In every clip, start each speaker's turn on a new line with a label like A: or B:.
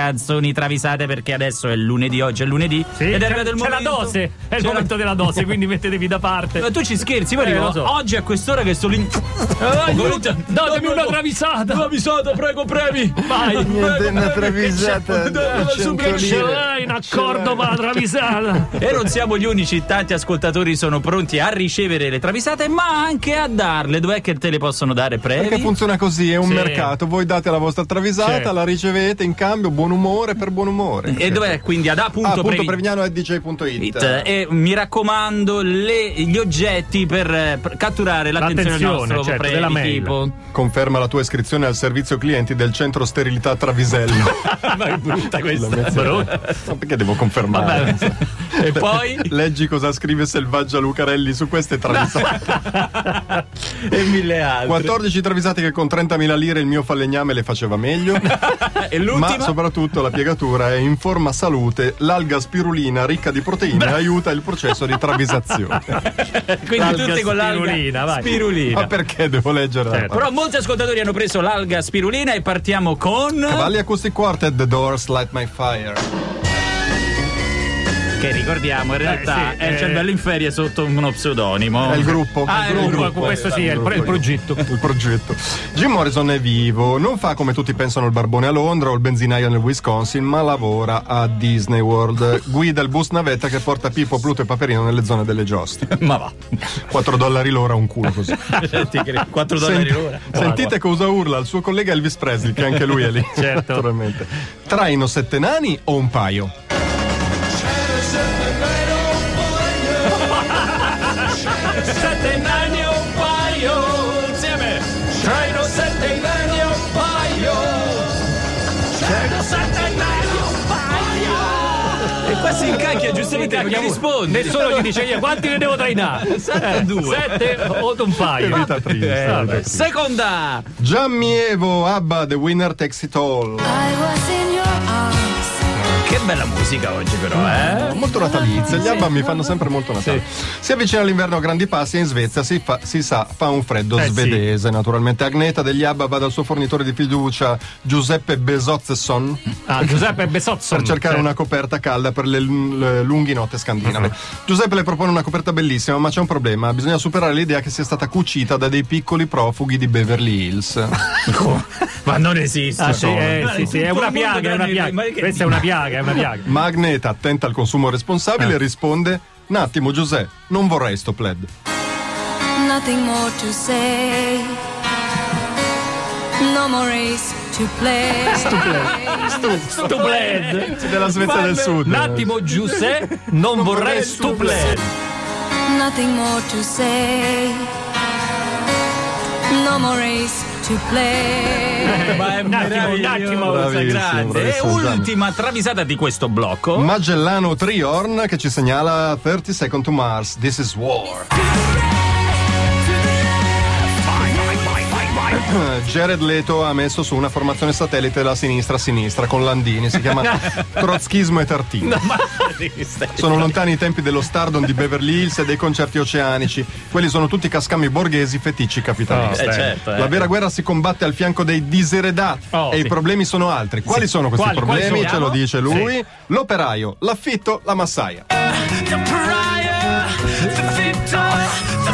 A: canzoni travisate perché adesso è lunedì, oggi è lunedì.
B: Sì,
A: ed è
B: c'è-
A: arrivato il
B: c'è
A: momento.
B: la dose, è il
A: C'è la-
B: momento della dose, quindi mettetevi da parte.
A: Ma tu ci scherzi, io
B: Eh,
A: arrivo
B: lo so. Eh,
A: oggi a quest'ora che sto lì.
B: Dai,
A: Ho
B: no,
A: cominciato-
B: datemi
A: no,
B: una
A: no,
B: travisata.
A: Travisata, prego, premi!
B: Vai.
C: Niente, una travisata.
B: Eh,
A: Dammela
C: cento
A: subito.
C: lire.
B: Ce l'hai in accordo con la travisata?
A: E non siamo gli unici, tanti ascoltatori sono pronti a ricevere le travisate, ma anche a darle. Dov'è che te le possono dare premi?
C: Perché funziona così, è un
B: Sì.
C: mercato. Voi date la vostra travisata,
B: Sì.
C: la ricevete in cambio, buon umore per buon umore.
A: E dov'è? Quindi ad
C: Ah, punto
A: a.previ.it
C: Prevignano è dj.it.
A: e mi raccomando le- gli oggetti per, eh, per catturare l'attenzione, del
B: L'attenzione,
A: nostro
B: certo,
A: premi,
B: della mail.
A: tipo
C: Conferma la tua iscrizione al servizio clienti del centro sterilità Travisello.
A: ma è brutta questa
B: Brutto.
C: Ma perché devo confermare?
A: e poi
C: Leggi cosa scrive Selvaggia Lucarelli su queste travisate.
A: e mille altre
C: 14 travisate che con 30.000 lire il mio falegname le faceva meglio.
A: e l'ultima
C: Ma soprattutto la piegatura è in forma salute, l'alga spirulina ricca di proteine aiuta il processo di travisazione.
A: quindi
B: L'alga
A: tutte con l'alga
B: spirulina, vai. Oh.
A: spirulina.
C: Ma perché devo leggere? la
B: Certo.
C: parola?
A: però molti ascoltatori hanno preso l'alga spirulina e partiamo con
C: Cavalli Acoustic Quartet, The Doors, Light My Fire.
A: che ricordiamo in realtà
B: sì,
A: è il
B: eh.
A: cervello in ferie sotto uno pseudonimo
C: È il gruppo.
A: Ah,
C: il
A: è il
C: gruppo.
A: gruppo,
B: questo sì, è il pro- il progetto.
C: Il progetto. Jim Morrison è vivo, non fa come tutti pensano il barbone a Londra o il benzinaio nel Wisconsin, ma lavora a Disney World. Guida il bus navetta che porta Pippo, Pluto e Paperino nelle zone delle giostre.
A: ma va
C: 4 dollari l'ora, un culo così.
A: 4 dollari
C: Sent-
A: l'ora
C: Sentite cosa urla il suo collega Elvis Presley, che anche lui è lì.
B: Certo.
C: Naturalmente. Traino sette nani o un paio?
A: Sette nani e un paio insieme. Traino sette nani e un paio. Traino sette nani e un paio. E qua si incacchia giustamente perché risponde.
B: Nessuno gli dice io quanti ne devo trainare?
A: Sette o due.
B: Sette o un
C: Che
B: paio?
C: vita triste.
B: Eh, vabbè.
A: Seconda.
C: Giammi Evo, Abba, The Winner Takes It All.
D: I was in your arms.
A: Che bella musica oggi però, eh?
C: Molto natalizia, gli Abba mi fanno sempre molto natale. Si avvicina l'inverno a grandi passi e in Svezia si, fa- si sa fa un freddo
B: Eh,
C: svedese. Naturalmente Agneta degli Abba va dal suo fornitore di fiducia Giuseppe Bezotzesson
B: Ah, Giuseppe cioè. Besozzo.
C: per cercare una coperta calda per le, lun- le lunghi notte scandinave. Giuseppe le propone una coperta bellissima, ma c'è un problema. Bisogna superare l'idea che sia stata cucita da dei piccoli profughi di Beverly Hills.
A: Ma non esiste.
B: Ah, sì, eh,
A: Ma
B: sì, sì, è
A: tutto
B: una
A: il mondo
B: piaga, è una
A: tranne- ma
B: piaga.
A: che-
B: Questa è una piaga, è una piaga.
C: ma Agneta, attenta al consumo responsabile, risponde: Un attimo, Giuseppe, non vorrei sto plaid.
D: Nothing more to say. No more race to play.
B: Stupled.
C: Della Svezia del Sud.
B: Un attimo Giuseppe, non vorrei stupled.
D: Nothing more to say. No more race to play.
A: Ma è
B: Un attimo, un attimo.
A: meravigliosa,
C: Bravissimo,
A: grande. E
C: bravissimo, Gianni.
A: ultima travisata di questo blocco.
C: Magellano Triorn che ci segnala 30 Second to Mars, This is War. Jared Leto ha messo su una formazione satellite la sinistra sinistra con Landini, si chiama Trotschismo e Tartini. Sono lontani i tempi dello stardom di Beverly Hills e dei concerti oceanici. Quelli sono tutti cascami borghesi, feticci capitalisti.
A: Eh, certo, eh.
C: La vera guerra si combatte al fianco dei diseredati
B: Oh,
C: e
B: sì.
C: i problemi sono altri. Quali sono questi
B: Quali- quali
C: problemi?
B: sono?
C: Ce lo dice lui. L'operaio, l'affitto, la massaia.
E: the pariah, the victor, the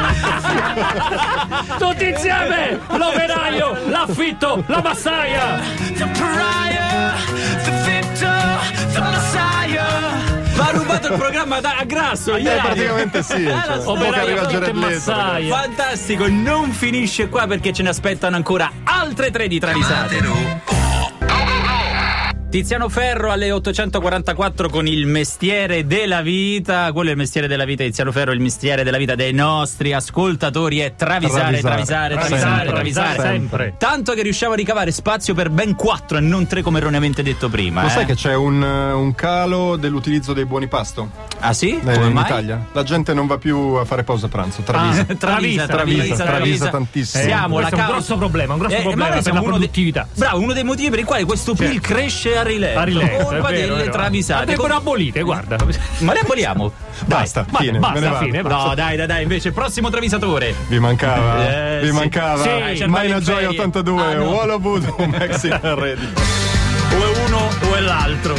E: messiah.
B: Tutti insieme! L'operaio, l'affitto, la massaia!
E: The pariah, the victor, the messiah.
A: Ma ha rubato il programma da, a grasso
C: Eh,
A: ieri.
C: praticamente sì. Cioè, dopo che
B: Operaio,
C: arriva
B: affitto e
C: Jared Leto.
B: massaia!
A: Fantastico, non finisce qua perché ce ne aspettano ancora altre tre di travisate. Tiziano Ferro alle 844 con il mestiere della vita. Quello è il mestiere della vita, di Tiziano Ferro, il mestiere della vita dei nostri ascoltatori è travisare, travisare,
C: Travisare.
A: travisare,
C: Sempre,
A: travisare.
B: sempre.
A: Tanto che riusciamo a ricavare spazio per ben quattro e non tre come erroneamente detto prima.
C: Lo
A: eh.
C: sai che c'è un, eh, un calo dell'utilizzo dei buoni pasto
A: Ah sì?
C: eh,
A: Come
C: in
A: mai? Ah.
C: Italia? La gente non va più a fare pausa pranzo, travisa.
A: Travisa,
B: Travisa,
A: travisa,
B: travisa,
C: travisa tantissimo.
A: Siamo
B: Eh,
A: la
B: questo è un
A: causa- Eh,
B: grosso problema, un grosso
A: ma
B: problema
A: noi
B: per
A: siamo
B: la
A: uno dei-
B: produttività. Certo.
A: bravo, uno dei motivi per i quali questo PIL cresce a rilento.
B: A rilento, è
A: Colpa
B: vero, è
A: delle
B: vero. Ma
A: Eh, travisate.
B: vengono
A: Com-
B: abolite, guarda.
A: Ma le aboliamo. Dai.
C: Basta,
B: Ma-
C: fine, me ne
B: basta,
C: vado.
B: fine,
A: No,
B: Eh, basta.
A: dai, dai, dai, invece prossimo travisatore.
C: Vi mancava?
A: Eh,
C: Vi
A: sì.
C: mancava?
A: Sì, cervelli
C: Maina
A: in
C: Joy
A: ferie.
C: 82,
A: Ah, no.
C: Wall of Voodoo, Maxi Ready.
A: O è uno o è l'altro.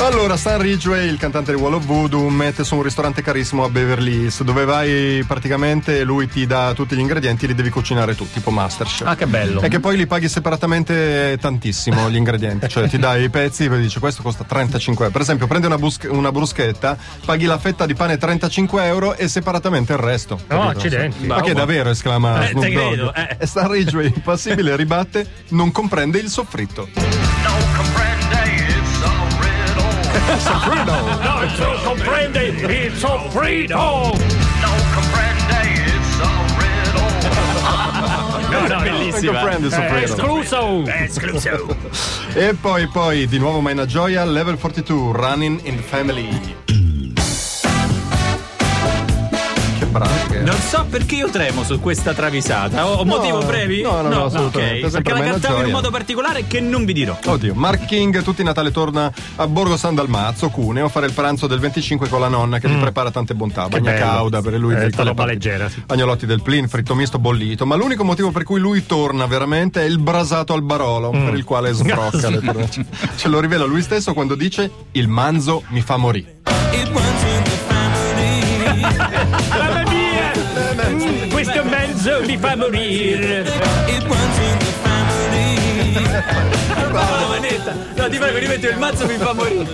C: Allora, Stan Ridgway, il cantante di Wall of Voodoo, mette su un ristorante carissimo a Beverly Hills, dove vai praticamente lui ti dà tutti gli ingredienti e li devi cucinare tu, tipo Masterchef.
A: Ah, che bello.
B: Eh,
C: E che poi li paghi separatamente tantissimo gli ingredienti, cioè ti dai i pezzi e poi dici questo costa 35 euro. Per esempio, prendi una, brusche- una bruschetta, paghi la fetta di pane 35 euro e separatamente il resto.
B: No,
C: capito?
B: accidenti.
C: Ma che davvero esclama
A: Eh,
C: Snoop
A: te
C: Dogg.
A: credo, eh.
C: E Stan Ridgway, impassibile, ribatte, non comprende il soffritto.
E: No comprende, it's a riddle.
B: No, il suo comprende il soffrito!
E: No comprende, it's a riddle.
A: No, no,
C: Non comprende il
A: Eh,
B: È
C: soffritto.
B: escluso!
C: E poi, poi, di nuovo Maina Gioia, level 42, Running in the Family. Che bravo che è.
A: Non so perché io tremo su questa travisata. Ho ho motivo brevi?
C: no, no, no, assolutamente.
A: ok.
C: Sempre
A: Perché la
C: meno
A: cantavo in un
C: gioia.
A: modo particolare che non vi dirò.
C: Oddio, Mark King tutti i Natale torna a Borgo San Dalmazzo, Cuneo, a fare il pranzo del 25 con la nonna che gli prepara tante bontà, bagna
B: Mm. bello.
C: cauda per lui.
B: Eh,
C: del-
B: sta roba
C: quelle
B: leggera, sì.
C: Agnolotti del Plin, fritto misto bollito, ma l'unico motivo per cui lui torna veramente è il brasato al Barolo,
B: Mm.
C: per il quale sbrocca le tornacce. Ce lo rivela lui stesso quando dice il manzo mi fa morire.
B: Mamma mia! Mm, questo mezzo mi fa morire!
A: Paolo Vanetta. No, ti prego, rimetti il mazzo mi fa morire.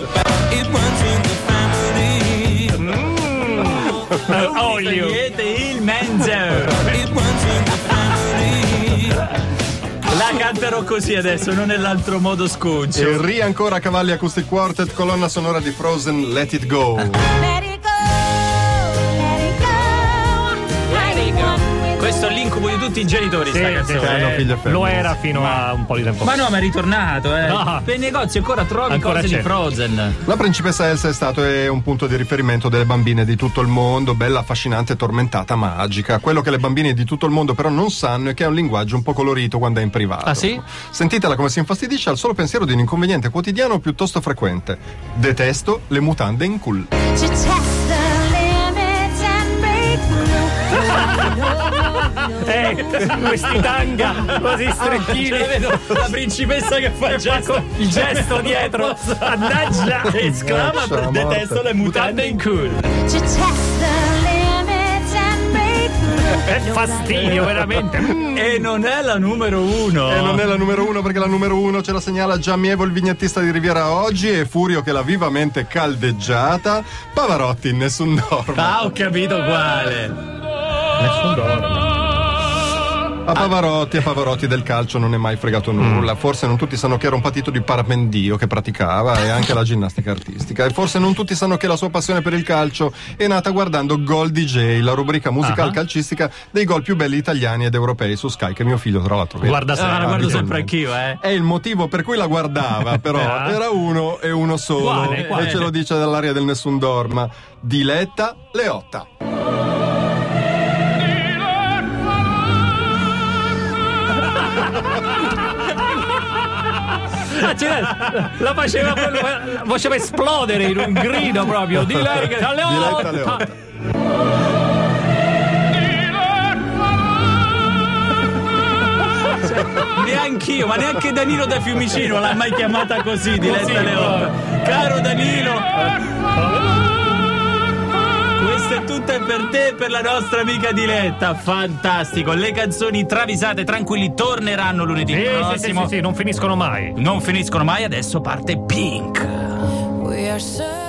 B: Olio!
A: Togliete il menzo. La canterò così adesso, non nell'altro modo sconcio.
C: E ri ancora Cavalli Acoustic Quartet, colonna sonora di Frozen Let It Go.
D: Let it go, let it go. Let it go.
A: Questo è l'incubo di tutti i genitori,
B: Sì,
A: sta
B: sì,
A: canzone.
B: sì.
C: hanno figli e femmine.
B: Lo era fino a un po' di tempo fa.
A: Ma no, ma è ritornato, eh.
B: No.
A: Per i negozi ancora trovi
B: Ancora
A: cose
B: c'è.
A: di Frozen.
C: La principessa Elsa è stato e un punto di riferimento delle bambine di tutto il mondo, bella, affascinante, tormentata, magica. Quello che le bambine di tutto il mondo però non sanno è che è un linguaggio un po' colorito quando è in privato.
A: Ah, sì?
C: Sentitela come si infastidisce al solo pensiero di un inconveniente quotidiano piuttosto frequente. Detesto le mutande in culo.
A: Ah.
D: To test the limits and break through.
B: Eh, questi
A: Ah,
B: tanga così
A: Cioè,
B: strettini!
A: vedo la principessa che fa il gesto, Ah,
B: Il gesto dietro! Mannaggia!
A: Esclama,
C: Lascia la
A: detesto
C: morte.
A: le mutande in culo.
D: To test the limits and break through.
B: Che fastidio, veramente!
A: E non è la numero uno.
C: E non è la numero uno perché la numero uno ce la segnala Giamievo il vignettista di Riviera oggi e Furio che l'ha vivamente caldeggiata. Pavarotti, nessun dorme.
A: Ah, ho capito quale.
C: A Pavarotti, a Pavarotti del calcio non è mai fregato
B: Mm.
C: nulla. Forse non tutti sanno che era un patito di parapendio che praticava e anche la ginnastica artistica. E forse non tutti sanno che la sua passione per il calcio è nata guardando Gol DJ, la rubrica
B: Ah.
C: musicale calcistica dei gol più belli italiani ed europei su Sky, che mio figlio, tra l'altro, vede.
B: Guarda
A: Ah, la
B: Eh, sempre.
A: guardo
C: Abitualmente.
A: sempre anch'io, eh.
C: È il motivo per cui la guardava, però
B: Ah.
C: era uno e uno solo.
B: Quale, quale?
C: E ce lo dice dall'aria del Nessun Dorma. Diletta Leotta.
B: Ah, ce l'ha- la faceva proprio- la faceva esplodere in un grido proprio di lei che alle
C: Diletta
B: otto. Ah, Eh,
C: Leotta.
A: Neanch'io, ma neanche Danilo da Fiumicino l'ha mai chiamata così, Diletta Leotta. Caro Danilo. Questa è tutta per te e per la nostra amica Diletta. Fantastico. Le canzoni travisate, tranquilli, torneranno lunedì
B: Sì, sì, sì,
A: prossimo.
B: sì, sì, non finiscono mai.
A: Non finiscono mai, adesso parte Pink.
F: We are so